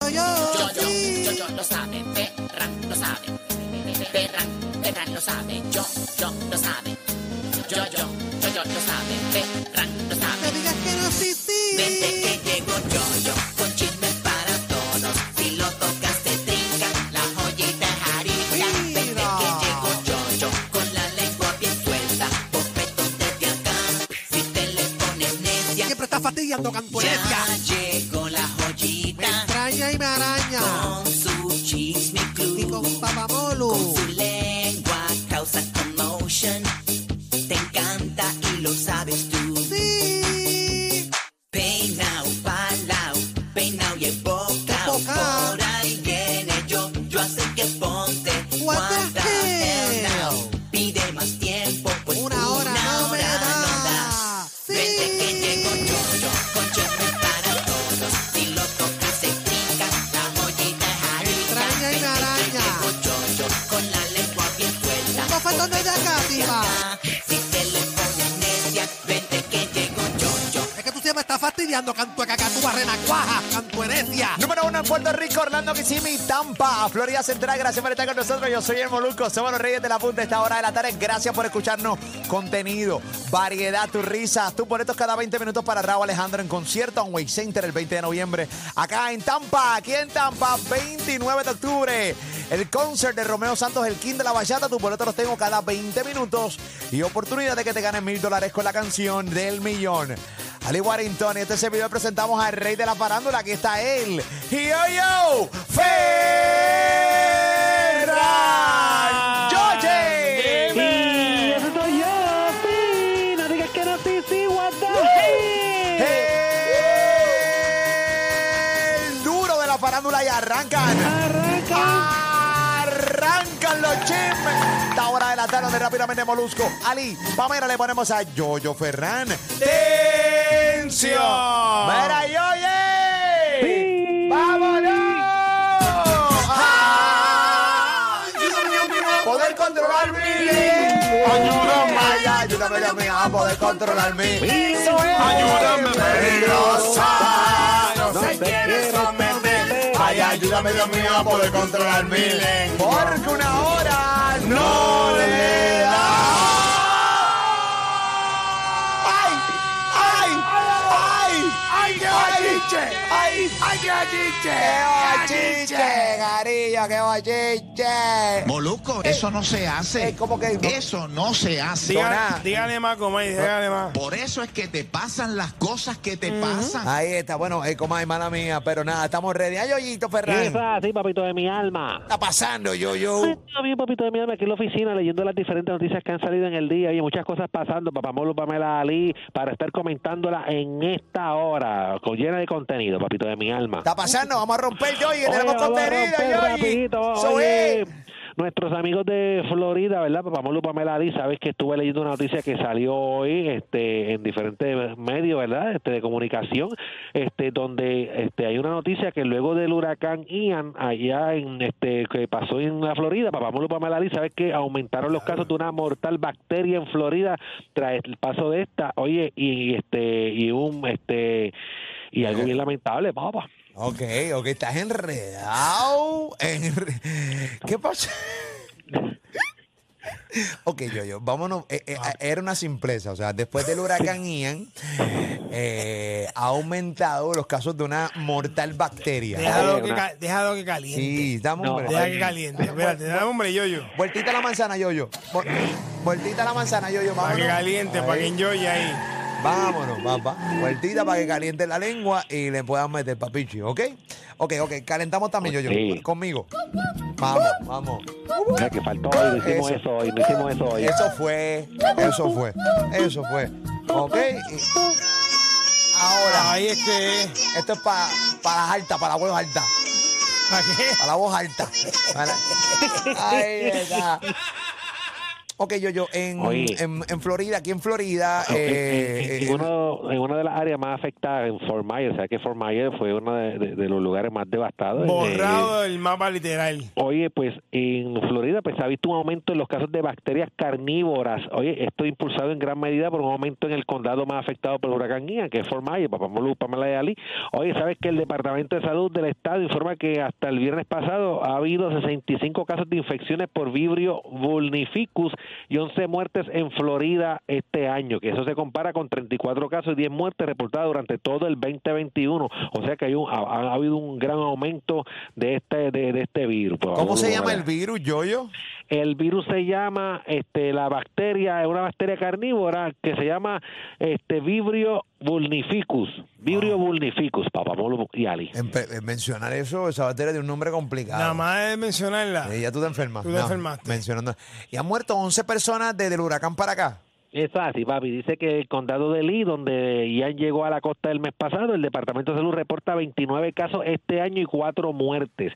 Yo, yo, yo, yo lo sabe, perra lo sabe. Perra, perra lo sabe, yo, yo lo sabe. Yo, yo, yo, yo lo sabe, perra lo sabe. No digas que no, sí, sí. Desde que llegó yo, yo, con chismes para todos. Si lo tocas te trinca, la joyita es arica. Desde que llegó yo, yo, con la lengua bien suelta. Bofetón desde acá, si te le pones necia. Siempre está fastidiando cantuecia. Ya llegó la joyita Extraña y me araña. con su chisme Y club. con papamolo. Su lengua causa commotion. Te encanta y lo sabes tú. Sí. Peinao, palao, peinao y embocao. Embocao. Por ahí viene yo, yo así que ponte. What the guarda hell? el nao. Pide más tiempo, pues Una hora no me hora no da. da. Desde que Sí. llego yo, yo, con chisme para todos. Si lo tocas se pica, la joyita es harina. Extraña y me araña. Llego yo, yo, con la lengua bien suelta. Un bofetón desde acá, tipa. Si te le pones necia, vente que llego yo, yo. Es que tú siempre estás fastidiando cantueca, cacatúa, renacuaja, cantuerecia. Número uno en Puerto Rico, Orlando, Kissimmee, Tampa, Florida Central. Gracias por estar con nosotros. Yo soy el Molusco. Somos los reyes de la punta a esta hora de la tarde. Gracias por escucharnos. Contenido, variedad, tu risa, tus boletos cada 20 minutos para Raúl Alejandro en concierto en Way Center el 20 de noviembre. Acá en Tampa, aquí en Tampa, 29 de octubre. El concert de Romeo Santos, el King de la Bachata. Tus boletos los tengo cada 20 minutos. Y oportunidad de que te ganes mil dólares con la canción del millón. Ali Warrington, y este servidor presentamos al rey de la farándula, aquí está él, Yo-Yo Ferran George. Y eso soy yo, sí. No digas que no, sí, sí, what the hey. El duro de la farándula y Ah, arrancan. Arranca. Arrancan los chismes. Esta hora de la tarde de rápidamente Molusco. Ali, Pamela, le ponemos a Yo-Yo Ferran. ¡Tensión! ¡Mira, Yoye! Sí. ¡Vámonos! ¡Ah! Poder controlarme. Ayúdame, ay, ayúdame, Dios mío, a poder controlarme. Eso es. Ayúdame, peligrosa. No sé quién es someter. Ay, ayúdame, Dios mío, a poder controlar mi lengua. Porque una hora no le da. ¡Ay! ¡Ay! ¡Ay! ¡Ay, qué bachiche! ¡Ay! ¡Ay, qué bachiche! ¡Qué bachiche, cariño, qué bachiche! Moluco, eso no se hace. Eh, ¿cómo que no? Eso no se hace. Doná. Dígale, dígale más, Comay, dígale más. Por eso es que te pasan las cosas que te pasan. Ahí está, bueno, es como hay mala mía, pero nada, estamos ready. ¡Ay, Yoyito Ferran! Eso es así, papito de mi alma. está pasando, yo, yo? Ay, Todo bien, papito de mi alma, aquí en la oficina leyendo las diferentes noticias que han salido en el día y muchas cosas pasando, papá Molo, Pamela Ali, para estar comentándola en esta hora, con llena de contenido, papito de mi alma. Está pasando, vamos a romper, Yoyi, Oye, tenemos vamos a contenido, romper Yoyi. rapidito, Eso oye. es. Nuestros amigos de Florida, ¿verdad? Papá Molo Pamela Di, sabes que estuve leyendo una noticia que salió hoy este, en diferentes medios, ¿verdad? Este, de comunicación, este, donde este, hay una noticia que luego del huracán Ian, allá en este, que pasó en la Florida, Papá Molo Pamela Di, sabes que aumentaron los casos de una mortal bacteria en Florida tras el paso de esta, oye, y este, y un, este, y algo bien lamentable, papá. Ok, ok, estás enredado. enre- ¿Qué pasa? Ok, yo, yo, vámonos. Eh, eh, Ah. era una simpleza. O sea, después del huracán Ian, eh, ha aumentado los casos de una mortal bacteria. Déjalo que, ca- déjalo que caliente. Sí, estamos. No, hombre. Deja que caliente. Espérate, dame hombre, yo, yo. Vueltita a la manzana, Yoyo. Vu- Vueltita a la manzana, Yoyo. Para Vámonos. que caliente, para que Ahí. enjoye ahí. Vámonos, papá. Vueltita para que caliente la lengua y le puedan meter papichi, ¿ok? Ok, ok. Calentamos también, Yoyo. Sí. Conmigo. Vamos, vamos. Mira, que faltó hoy, no hicimos Eso. eso hoy, no hicimos eso hoy. Eso fue, eso fue, eso fue. ¿Ok? y- Ahora, Ahí es que. este, esto es para las altas, para las huevas altas. ¿Para qué? A la voz alta. A la- Ay, verdad. Ok, yo, yo, en, Oye. en, en Florida, aquí en Florida. en, eh, en- en uno- en una de las áreas más afectadas en Fort Myers, o sea que Fort Myers fue uno de, de- de los lugares más devastados. Eh, Borrado del mapa literal. Oye, pues en Florida pues, se ha visto un aumento en los casos de bacterias carnívoras. Oye, esto impulsado en gran medida por un aumento en el condado más afectado por el huracán Ian, que es Fort Myers, Papamolu, Pamela y Ali. Oye, ¿sabes que el Departamento de Salud del Estado informa que hasta el viernes pasado ha habido 65 casos de infecciones por Vibrio vulnificus y 11 muertes en Florida este año, que eso se compara con 34 casos y 10 muertes reportadas durante todo el 2021. O sea que hay un, ha, ha habido un gran aumento de este, de, de este virus. ¿Cómo se llama el virus, Yoyo? El virus se llama, este, la bacteria, es una bacteria carnívora que se llama este Vibrio vulnificus. Ah. Vibrio vulnificus, papamolo y Ali. Empe- eh, mencionar eso, esa bacteria de un nombre complicado. Nada más de mencionarla. Eh, ya tú te enfermas. Tú te enfermaste. Mencionando. Y han muerto 11 personas desde el huracán para acá. Es así, papi. Dice que el condado de Lee, donde Ian llegó a la costa el mes pasado, el Departamento de Salud reporta 29 casos este año y 4 muertes.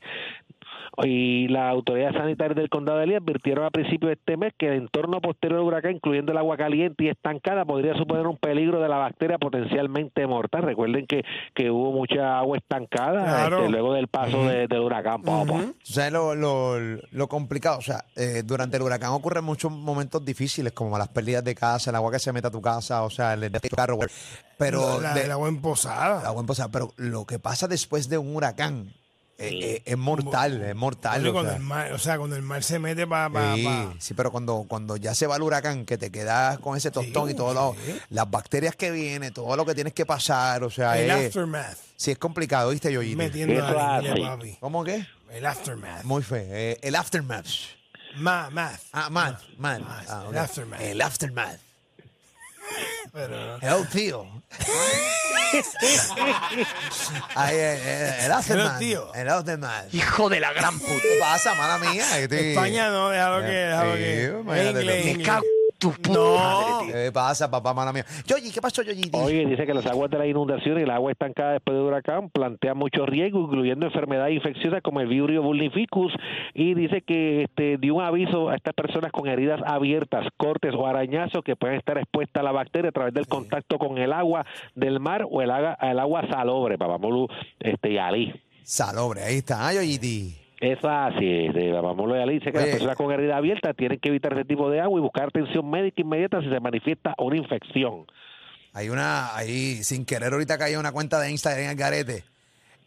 Y la autoridad sanitaria del condado de Lee advirtieron a principios de este mes que el entorno posterior del huracán, incluyendo el agua caliente y estancada, podría suponer un peligro de la bacteria potencialmente mortal. Recuerden que, que hubo mucha agua estancada Claro. este, luego del paso de- del huracán, papá. Tú sabes lo, lo- lo complicado. O sea, eh, durante el huracán ocurren muchos momentos difíciles, como las pérdidas de casa, el agua que se mete a tu casa, o sea, el de tu carro. güey. Pero la, de- la buen posada. la agua en posada, pero lo que pasa después de un huracán eh, eh, es mortal, es mortal. Oye, o cuando sea. el mar, o sea, cuando el mar se mete para... Sí, sí, pero cuando, cuando ya se va el huracán, que te quedas con ese tostón y todo lo- las bacterias que viene, todo lo que tienes que pasar, o Ah, sea, eh. el es, aftermath. sí es complicado, ¿viste, Yoyito? Metiendo Eso la línea, hace. papi. ¿Cómo que? El aftermath. Muy fe. eh, el aftermath. Ma, math. Ah, man, man. Más, Ah, ok. el aftermath. El aftermath. Pero, El tío. Ay, eh, eh, el aftermath. tío. El aftermath. Hijo de la gran puta. ¿Qué pasa, mala mía? Que estoy- España no, déjalo que, Sí, déjalo que. imagínate En tú. inglés, Me en cago inglés. No. ¿Qué pasa, papá, mala mía? Yoyi, ¿qué pasó, Yoyi? Oye, dice que las aguas de la inundación y el agua estancada después del huracán plantea muchos riesgos, incluyendo enfermedades infecciosas como el vibrio vulnificus, y dice que este, dio un aviso a estas personas con heridas abiertas, cortes o arañazos que pueden estar expuestas a la bacteria a través del contacto con el agua del mar o el, aga- el agua salobre, papamolu este, y alí. Salobre, ahí está, ah, Yoyiti. Es así, de Papamolu y alí dice que Oye. las personas con herida abierta tienen que evitar ese tipo de agua y buscar atención médica inmediata si se manifiesta una infección. Hay una, ahí, sin querer, ahorita cayó una cuenta de Instagram en el garete.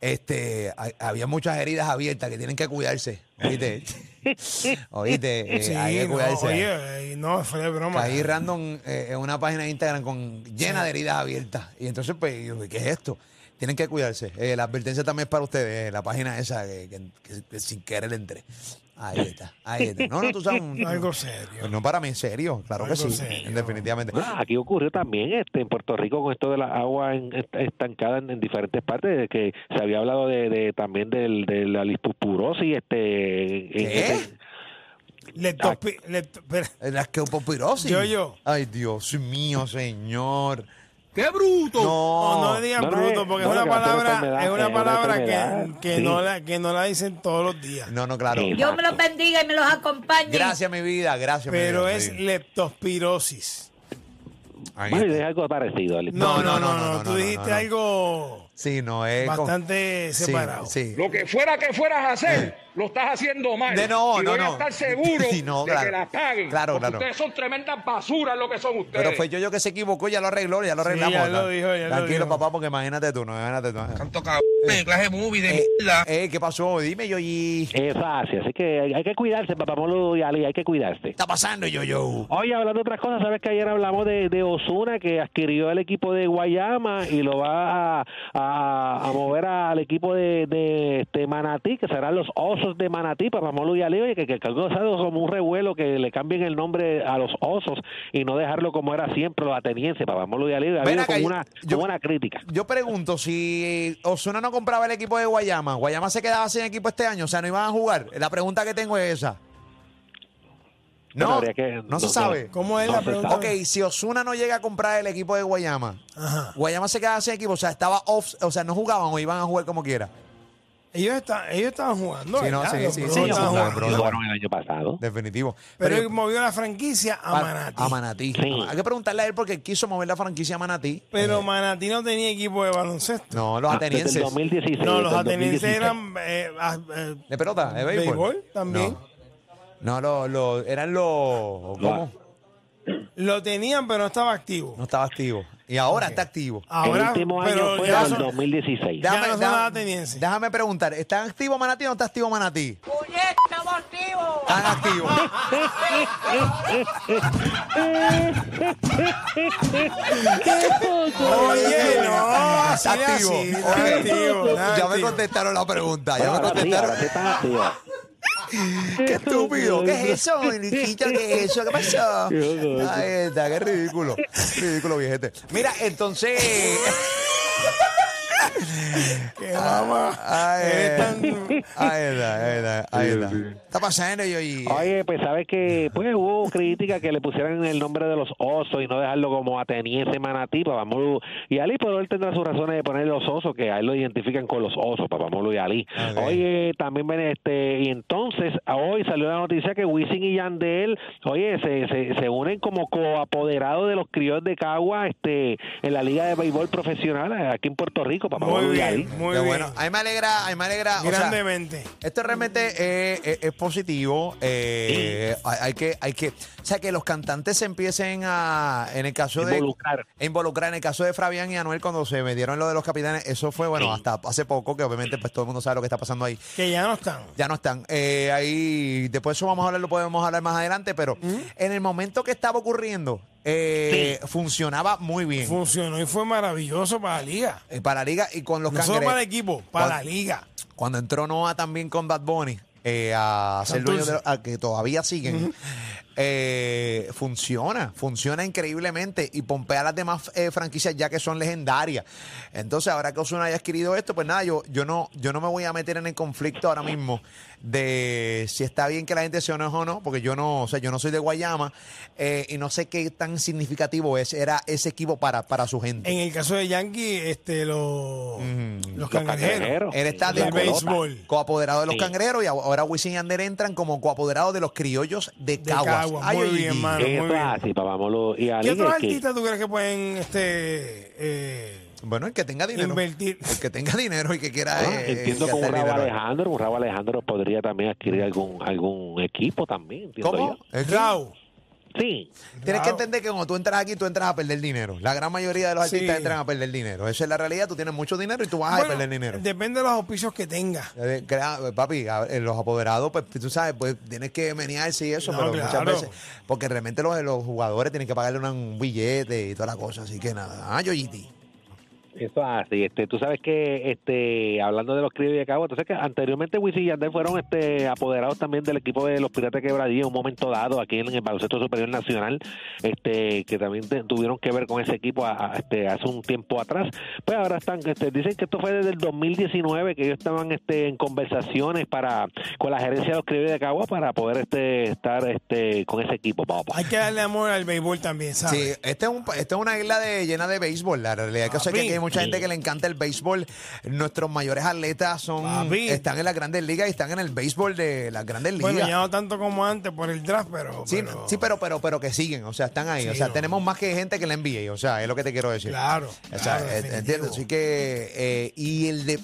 Este, hay- había muchas heridas abiertas que tienen que cuidarse. Oíste. Oíste, eh, Sí, hay que no, cuidarse. oye, eh, no, fue de broma. Caí random eh, en una página de Instagram con llena de heridas abiertas. Y entonces, pues, yo, ¿qué es esto? Tienen que cuidarse. Eh, la advertencia también es para ustedes, eh, la página esa que, que- que- que sin querer entré. Ahí está, ahí está. No, no, tú sabes. un- Algo serio. Pues no para mí, en serio, claro que Algo sí, serio. definitivamente. Bueno, aquí ocurrió también este en Puerto Rico con esto de la agua en- est- estancada en, en diferentes partes, de que se había hablado de, de- también del, de la lipopurosis, este, en- ¿Qué? en- Leptopi- lepto- espera. Eh, Las que popirosis. Yo, yo. Ay, Dios mío, señor. ¡Qué bruto! No. Oh, No, no le digan No, no, bruto, porque no, es una que va a ser palabra, enfermedad, es una es una palabra que, enfermedad, que sí. no la, que no la dicen todos los días. No, no, claro. Sí. Dios me los bendiga y me los acompañe. Gracias, mi vida, gracias. mi Pero vida, es mi vida. leptospirosis. Ahí bueno, está. es algo parecido. la No, no, no, no, no, no. no, no, Tú no, dijiste no. algo Sí, no es. con- bastante Sí, separado. Sí. Lo que fuera que fueras a hacer, lo estás haciendo mal. Eh. De no, y no, voy no. a estar seguro Sí, no, de claro. que las paguen. Claro, porque claro. ustedes son tremendas basuras lo que son ustedes. Pero fue yo, yo que se equivocó, ya lo arregló, ya lo Sí, arreglamos. ya lo Tran- dijo, ya lo Tranquilo, dijo. papá, porque imagínate tú, no, imagínate tú. no. Tanto cabrón, clase movie de Eh, mierda. eh, ¿qué pasó? Dime, yo, y... ¿Qué Es Eh, así, así que hay, hay que cuidarse, papamolo y Ali, hay que cuidarse. está pasando, yo, yo? Oye, hablando de otras cosas, sabes que ayer hablamos de, de Osuna que adquirió el equipo de Guayama y lo va a, a- a mover al equipo de, de, este, Manatí, que serán los Osos de Manatí, para Pamolo y Alí, que, que, que algo es algo como un revuelo que le cambien el nombre a los Osos y no dejarlo como era siempre los atenienses, para Pamolo y Ali, ha Ven habido acá, como yo- una, yo- como una crítica. Yo pregunto si Osuna no compraba el equipo de Guayama, Guayama se quedaba sin equipo este año, o sea, no iban a jugar. La pregunta que tengo es esa. Bueno, No, habría que- no se no- sabe. ¿Cómo es No la se pregunta? Ok, si Osuna no llega a comprar el equipo de Guayama, Ajá. Guayama se quedaba sin equipo, o sea, estaba off, o sea, no jugaban o iban a jugar como quiera. Ellos, está- ellos estaban jugando. Sí, no, ¿verdad? sí, Los sí, Bravos sí, Ellos no, estaban no, jugando. bro, jugaron- ellos jugaron el año pasado. Definitivo. Pero yo- él movió la franquicia a Manatí. A Manatí. Sí. Hay que preguntarle a él porque él quiso mover la franquicia a Manatí. Pero Manatí no tenía equipo de baloncesto. Eh. No, los Ah, desde el atenienses. 2016. No, los desde el atenienses 2016. eran. eh, ah, eh, De pelota, de béisbol. Béisbol también. No, no lo- lo- eran los. ¿Cómo? lo tenían, pero no estaba activo. No estaba activo. Y ahora está activo. Ahora, el último pero año fue ya el son- 2016. Ya no son atenienses. déjame preguntar, ¿está activo Manatí o no está activo Manatí? ¡Estamos activos! Están activos. Oye, no, así Está es activo. así, Ok. está activo, Ya está me activo. contestaron la pregunta. Ya me Ahora sí, contestaron. ahora sí están activos. Qué estúpido. ¿Qué es eso, Enriquito? ¿Qué es eso? ¿Qué pasó? Ahí está, qué ridículo. Ridículo, viejete. Mira, entonces. Que mamá. Ahí Eres está, tan- ahí está, ahí está. ahí está. Está pasando yo y. Oye, pues sabes que pues hubo crítica que le pusieran el nombre de los osos y no dejarlo como ateniense manatí, papamolu y Ali, pero él tendrá sus razones de poner los osos, que a él lo identifican con los osos, papamolu y Ali. Ok. Oye, también ven este, y entonces hoy salió la noticia que Wisin y Yandel, oye, se, se, se unen como coapoderados de los críos de Cagua, este, en la liga de béisbol profesional eh, aquí en Puerto Rico, Muy papamolu y Ali. bien, muy Qué bien. bueno. A mí me alegra, a mí me alegra. o sea, Grandemente. esto Este realmente eh, es, es positivo. eh, hay, hay que, hay que, o sea, que los cantantes se empiecen a, en el caso de Involucrar. a involucrar. En el caso de Fabián y Anuel cuando se metieron en lo de los capitanes, eso fue bueno hasta hace poco que obviamente pues todo el mundo sabe lo que está pasando ahí. que ya no están. Ya no están. Eh, ahí, después eso vamos a hablar, lo podemos hablar más adelante, pero en el momento que estaba ocurriendo, eh, funcionaba muy bien. Funcionó y fue maravilloso para la liga. Eh, para la liga y con los No solo cangrejos. para el equipo, para la liga. Cuando entró Noah también con Bad Bunny eh, a ser dueño de los- a que todavía siguen, eh, funciona, funciona increíblemente y pompea las demás eh, franquicias ya que son legendarias. Entonces, ahora que Osuna haya adquirido esto, pues nada, yo, yo, no, yo no me voy a meter en el conflicto ahora mismo de si está bien que la gente se enoje o no, porque yo no, o sea, yo no soy de Guayama eh, y no sé qué tan significativo es, era ese equipo para, para su gente. En el caso de Yankee, este, los, los cangrejeros. cangrejeros. Él está Del de co- béisbol. coapoderado de los Sí. cangreros y ahora Wisin y Ander entran como coapoderados de los criollos de Caguas. Caguas, muy oye, bien, y- mano. Claro, muy Eso es bien. así, papamolu y Ali. ¿Qué otros es que- artistas tú crees que pueden este, eh, Bueno, el que tenga dinero. invertir? El que tenga dinero y que quiera. Ah, eh, entiendo que un gastar Raúl dinero. Alejandro, un Raúl Alejandro podría también adquirir algún algún equipo también, entiendo ¿Cómo? yo. Es que Rau. Sí. Tienes que Rao. entender que cuando tú entras aquí, tú entras a perder dinero. La gran mayoría de los Sí. artistas entran a perder dinero. Esa es la realidad. Tú tienes mucho dinero y tú vas a Bueno, perder dinero. Depende de los auspicios que tenga. Eh, crea- eh, papi, a- eh, los apoderados, pues tú sabes, pues tienes que menearse y eso, No, pero muchas claro. veces, porque realmente los, los jugadores tienen que pagarle una- un billete y toda la cosa, así que nada. Ah, Yoyiti. Eso es así. Este, tú sabes que este hablando de los críos de Cabo, entonces que anteriormente Wisin y Yandel fueron este apoderados también del equipo de los Piratas de Quebradilla en un momento dado aquí en el baloncesto superior nacional, este que también te- tuvieron que ver con ese equipo a- a- este, hace un tiempo atrás. Pues ahora están este, dicen que esto fue desde el 2019 que ellos estaban este en conversaciones para con la gerencia de los críos de Cabo para poder este estar este con ese equipo, papá. Hay que darle amor al béisbol también, ¿sabes? Sí, este es un, pa- esta es una isla de, llena de béisbol. La realidad que, o sea, que Papi. aquí hay mucha gente que le encanta el béisbol. Nuestros mayores atletas son Papi. están en las grandes ligas y están en el béisbol de las grandes ligas. Bueno, ya no tanto como antes por el draft, pero. Sí, pero, sí, pero, pero, pero que siguen, o sea, están ahí. o Sí, sea, no. tenemos más que gente que la envíe, o sea, es lo que te quiero decir. Claro, O sea, claro, eh, definitivo. entiendo. Así que, eh, y el de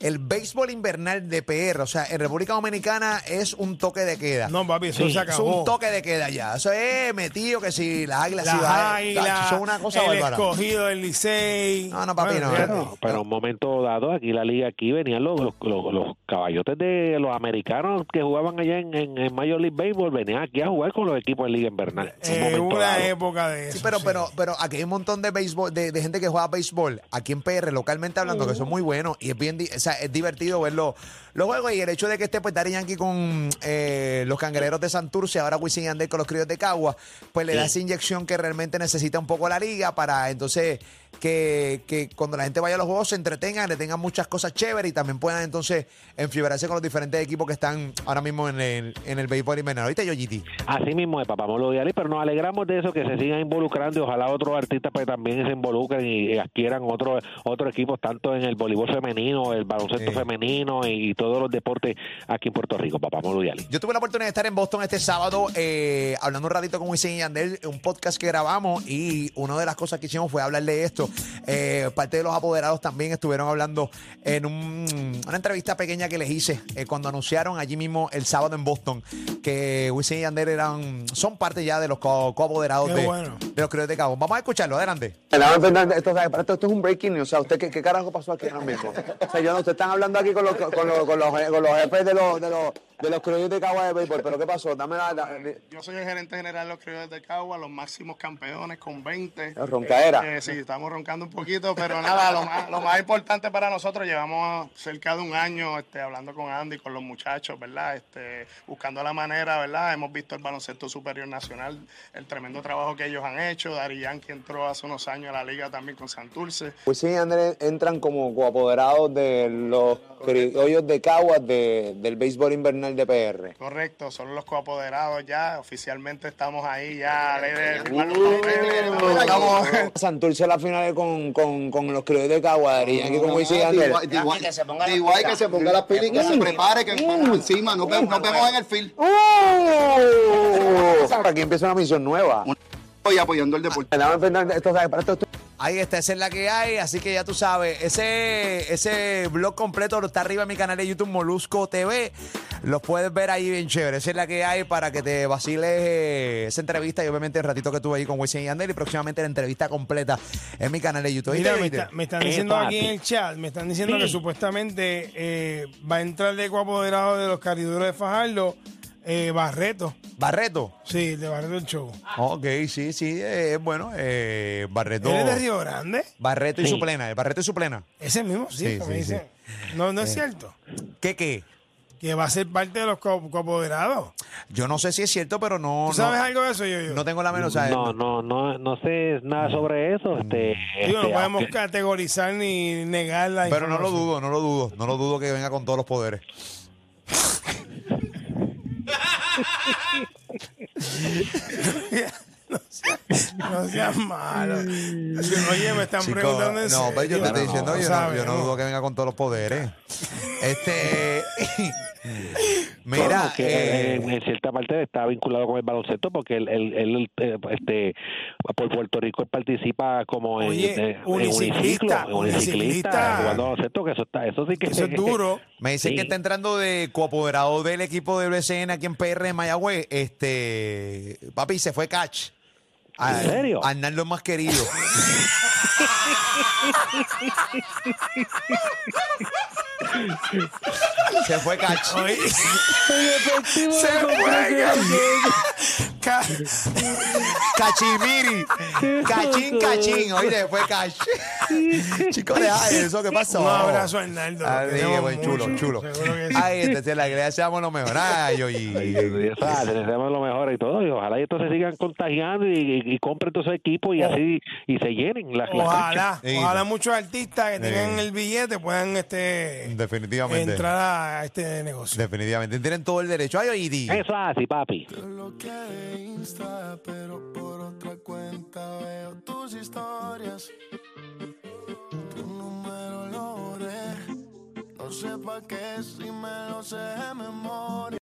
el béisbol invernal de PR, o sea, en República Dominicana es un toque de queda. No, papi, eso se es acabó. un toque de queda ya. Eso es eh, metido que si las águilas si Las va- eh, águilas, son una cosa el bárbara. escogido del Licey. No, no, papi, no. fíjate. Pero, pero un momento dado, aquí la liga, aquí venían los, los, los- los caballotes de los americanos que jugaban allá en, en, en Major League Baseball, venían aquí a jugar con los equipos de Liga Invernal. Un Eh, momento una dado. época de eso. Sí, pero, sí. pero, pero aquí hay un montón de béisbol, de, de gente que juega béisbol, aquí en PR, localmente hablando, que son muy buenos y es bien, di- o sea, es divertido ver los, los juegos y el hecho de que esté pues Daddy Yankee con eh, los cangrejeros de Santurce, ahora Wisin y Yandel con los críos de Cagua, pues le da esa inyección que realmente necesita un poco la liga para entonces que, que cuando la gente vaya a los juegos se entretengan, le tengan muchas cosas chéveres y también puedan entonces enfiebrarse con los diferentes equipos que están ahora mismo en el, en el béisbol invernal. ¿Viste, Yoyiti? Así mismo es, papá Molo Dialí, pero nos alegramos de eso, que se sigan involucrando y ojalá otros artistas pues, también se involucren y eh, adquieran otros otros equipos, tanto en el voleibol femenino, el baloncesto Sí. femenino y, todos los deportes aquí en Puerto Rico, papá Molo Dialí. Yo tuve la oportunidad de estar en Boston este sábado eh, hablando un ratito con Wisin y Yandel, un podcast que grabamos y una de las cosas que hicimos fue hablar de esto. Eh, parte de los apoderados también estuvieron hablando en un- una entrevista pequeña que les hice eh, cuando anunciaron allí mismo el sábado en Boston que Wisin y Yandel eran, son parte ya de los co- coapoderados Qué de, bueno. de los Criollos de Cabo. Vamos a escucharlo, adelante. Esto, o sea, esto, esto es un breaking news. O sea, ¿usted qué, qué carajo pasó aquí ahora mismo? O sea, yo no, ustedes están hablando aquí con los, con los, con los, con los jefes de los, de los, de los criollos de Cagua de béisbol. ¿Pero qué pasó? Dame la... la- Yo soy el gerente general de los criollos de Cagua, los máximos campeones con 20. La roncaera. Eh, eh, sí, estamos roncando un poquito, pero nada, lo más, lo más importante para nosotros, llevamos cerca de un año este, hablando con Andy, con los muchachos, ¿verdad? Este, buscando la manera, ¿verdad? Hemos visto el baloncesto superior nacional, el tremendo trabajo que ellos han hecho. Dari que entró hace unos años a la liga también con Santurce. Pues sí, Andrés, entran como coapoderados de los criollos de Cagua de- del béisbol invernal de PR. Correcto, son los coapoderados ya, oficialmente estamos ahí ya, ley de firmar los papeles, estamos- estamos- Santurce la final con, con, con los criollos de Cagua, Dari Yankee, como dice Andrés. Ah, Igual que se ponga las pilas Mm. y que se prepare, que encima. Nos vemos nos vemos en el film. ¡Oh! Aquí empieza una misión nueva. Estoy apoyando el deporte. Dame, Fernández, esto, o sea, para esto es Ahí está, esa es la que hay, así que ya tú sabes, ese, ese blog completo está arriba en mi canal de YouTube Molusco TV, los puedes ver ahí bien chévere, esa es la que hay para que te vaciles eh, esa entrevista y obviamente el ratito que tuve ahí con Wisin y Yandel y próximamente la entrevista completa en mi canal de YouTube. Mira, ¿Viste, me, viste? está- me están ¿Qué diciendo Eh, papi? aquí en el chat, me están diciendo Sí. que supuestamente eh, va a entrar de coapoderado de los cariduros de Fajardo, eh, Barreto. Barreto. Sí, de Barreto el show. Ok, sí, sí, eh, bueno, eh, Barreto. ¿Él es de Río Grande? Barreto y Sí. su plena, eh, Barreto y su plena. Ese mismo, sí, Sí, que sí, me sí. Eh. dicen. No, no es cierto. ¿Qué qué? Que va a ser parte de los co- coapoderados. Yo no sé si es cierto, pero no... ¿Tú sabes no, algo de eso, yo? yo? no tengo la menor... o sea, No, no, no, no sé nada sobre eso. Este, eh, Digo, no este, podemos aunque- categorizar ni negar la Pero no lo información. dudo, no lo dudo, no lo dudo que venga con todos los poderes. No seas malo. Oye, me están Chico, preguntando en no, pero yo serio. te estoy diciendo, yo, no, sabes, yo no dudo que venga con todos los poderes. Este. Mira, que eh, eh, en cierta parte está vinculado con el baloncesto porque él, él- él, eh, este por Puerto Rico él participa como en- Oye, en, en uniciclista, uniciclo, en uniciclista. jugando baloncesto que eso está eso sí que Eso es duro. me dicen sí. que está entrando de coapoderado del equipo de WSN aquí en PR de Mayagüez. Este. Papi, se fue Catch. A- ¿En serio? Arnaldo es más querido. se fue Catch. Oye, Se fue ca- Cachimiri. Cachín, cachín. Oye, fue cachín. Chicos, deja eso. ¿Qué pasó? Un abrazo a Arnaldo. lo Ah, sí, queremos buen chulo, mucho, chulo. seguro que sí. Ay, entonces la iglesia seamos lo mejor. Ay, oye. Ah, le deseamos lo mejor y todo y ojalá y entonces sigan contagiando y, y, y compren todos esos equipos y así y se llenen las Oh. las canchas. Ojalá, Sí. ojalá muchos artistas que tengan Sí. el billete puedan este Definitivamente. entrar a este negocio. Definitivamente tienen todo el derecho. Ay, oye. eso es así papi